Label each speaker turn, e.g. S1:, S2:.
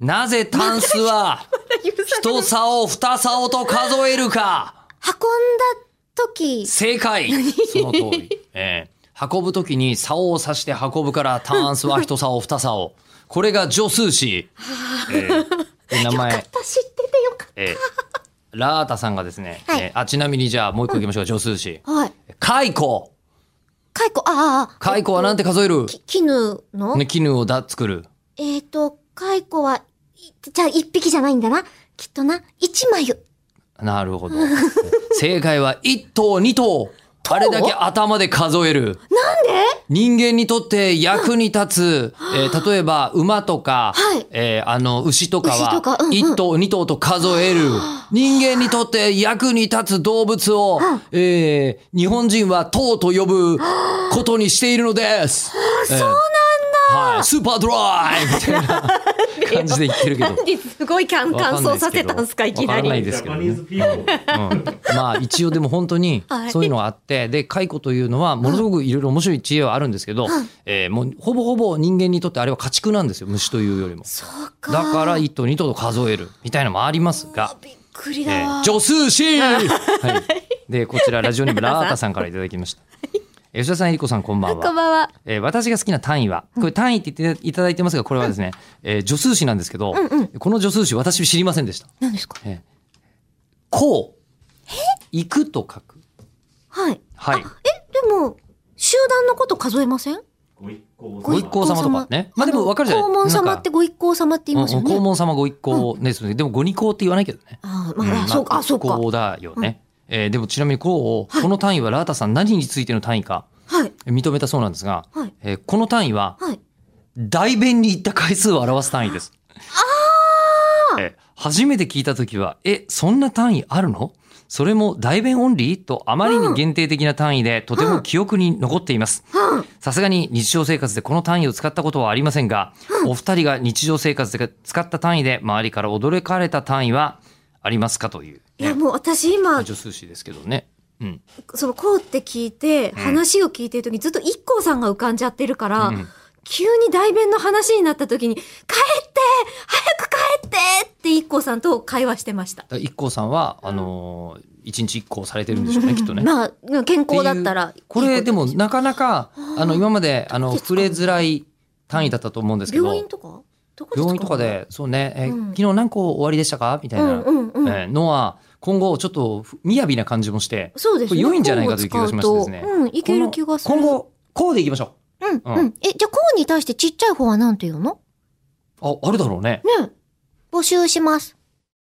S1: なぜタンスは
S2: 人
S1: 一竿二竿と数えるか
S2: 運んだ時
S1: 正解その通り。ええ運ぶときに竿を刺して運ぶからタンスは一竿二竿。これが助数詞。ええで名
S2: よか
S1: 前
S2: っ、た知っててよかっ
S1: ええラータさんがですね、
S2: はい
S1: ええあちなみにじゃあもう一個いきましょう、助数詞。
S2: たはい
S1: 蚕
S2: 解雇ああ
S1: 蚕はなんて数える
S2: き絹の
S1: ね絹をだ作る。
S2: えっ、ー、と解雇はいじゃあ一匹じゃないんだなきっとな一枚よ
S1: なるほど。 正解は1頭2頭。あれだけ頭で数える。
S2: なんで
S1: 人間にとって役に立つ、えー例えば馬とか、
S2: はい
S1: えーあの牛とか
S2: 牛とか
S1: は
S2: うんうん
S1: 1頭2頭と数える。人間にとって役に立つ動物を、えー日本人は頭と呼ぶことにしているのです。そうなんだ、はい。スーパードライみたいな感じで言ってるけど。
S2: すごい感
S1: わか
S2: 乾
S1: んない
S2: 燥
S1: です
S2: さ
S1: け
S2: せ
S1: ど
S2: たんすかいきな
S1: わかんない
S2: り
S1: ですけどね
S3: Japanese people.
S1: うんまあ一応でも本当に
S2: はい
S1: そういうのがあってで蚕というのはものすごくいろいろ面白い知恵はあるんですけど、えーもうほぼほぼ人間にとってあれは家畜なんですよ虫というよりも
S2: そうか
S1: だから1頭2頭と数えるみたいなのもありますが、
S2: びっくり
S1: え
S2: だわ、
S1: ー、助数詞、はい、でこちらラジオネームラータさんからいただきましたえー吉田さんえりこさんこんばん
S2: こん
S1: は、
S2: ばんは
S1: えー私が好きな単位はこれ単位って言っていただいてますがこれはですね、えー助数詞なんですけど、この助数詞私知りませんでした
S2: 何ですか
S1: 「こう」「行く」と書く
S2: はい
S1: はい
S2: あえでも集団のこと数えません
S3: ご一行様
S1: ご一行様とかね。まあでも分かるじゃない
S2: 肛門様ってご一行様って言いますよね。
S1: うんうん肛門様ご一行ですよね。でもご二行って言わないけどね。
S2: ああ、
S1: ん
S2: まあ、そうか、あそうか
S1: 一。行だよね。えーでもちなみにこう、この単位はラータさん何についての単位か
S2: はい。
S1: 認めたそうなんですが、
S2: はい。
S1: えーこの単位は
S2: はい。
S1: 代弁に行った回数を表す単位です。えー初めて聞いた時は、え、そんな単位あるのそれも代弁オンリーとあまりに限定的な単位でとても記憶に残っています。
S2: うん。
S1: さすがに日常生活でこの単位を使ったことはありませんが、お二人が日常生活で使った単位で周りから驚かれた単位はありますかという、
S2: いや、
S1: ね。
S2: もう私今、
S1: 助数詞ですけどね。うん。
S2: その、こうって聞いて、話を聞いてるとき、ずっと一行さんが浮かんじゃってるから、
S1: うん
S2: 急に代弁の話になったときに、帰って早く帰ってって一行さんと会話してました。
S1: だから一行さんは、あのー一日一行されてるんでしょうね、きっとね。
S2: まあ、健康だったら
S1: ていうこれでも
S2: いい
S1: なかなか、あの、今まで、あの、
S2: どこで使
S1: 触
S2: うの
S1: れづらい単位だったと思うんです
S2: と
S1: けど、
S2: 病院とかどこで使うの
S1: 病院とか。で、そうね、え
S2: うん
S1: 昨日何個終わりでしたかみたいうな、
S2: んうんうん。
S1: えーのは、今後ちょっと、ふ雅な感じもして、
S2: そうです
S1: これ
S2: ね。
S1: 良いんじゃないかという気がしましたですね
S2: こうを使うとうん、いける気がする。
S1: 今後、こうでいきましょ
S2: うん、
S1: う
S2: うんん。え、じゃあ、こうに対してちっちゃい方は何て言うの
S1: う。あ、あるだろうね。
S2: ねえ募集します。